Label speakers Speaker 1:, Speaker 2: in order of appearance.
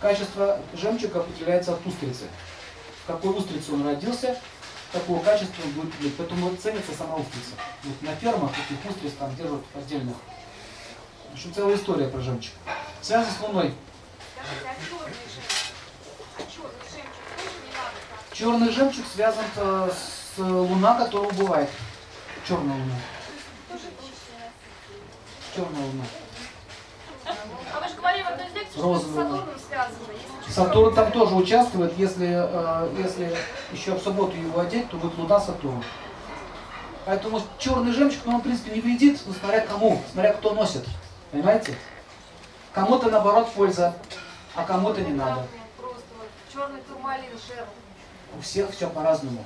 Speaker 1: Качество жемчуга определяется от устрицы. В какой устрице он родился, такого качества он будет иметь. Поэтому ценится сама устрица. Вот на фермах таких устриц там держат отдельных. В общем, целая история про жемчуг. Связано с Луной.
Speaker 2: Скажите, а черный жемчуг? А черный жемчуг тоже не надо так?
Speaker 1: Черный жемчуг связан э, с Луна, которая убывает. Черная Луна.
Speaker 2: Тоже получилось.
Speaker 1: Черная Луна.
Speaker 3: А вы же говорили в одной из лекций, что с
Speaker 1: Розовый.
Speaker 3: Сатурном связано. Если
Speaker 1: Сатурн там тоже участвует, если, э, если еще в субботу его одеть, то будет Луна Сатурн. Поэтому черный жемчуг, ну, он, в принципе, не вредит, но смотря кому, смотря кто носит. Понимаете? Кому-то, наоборот, польза, а кому-то не надо.
Speaker 3: Просто вот черный турмалин, жертва.
Speaker 1: У всех все по-разному.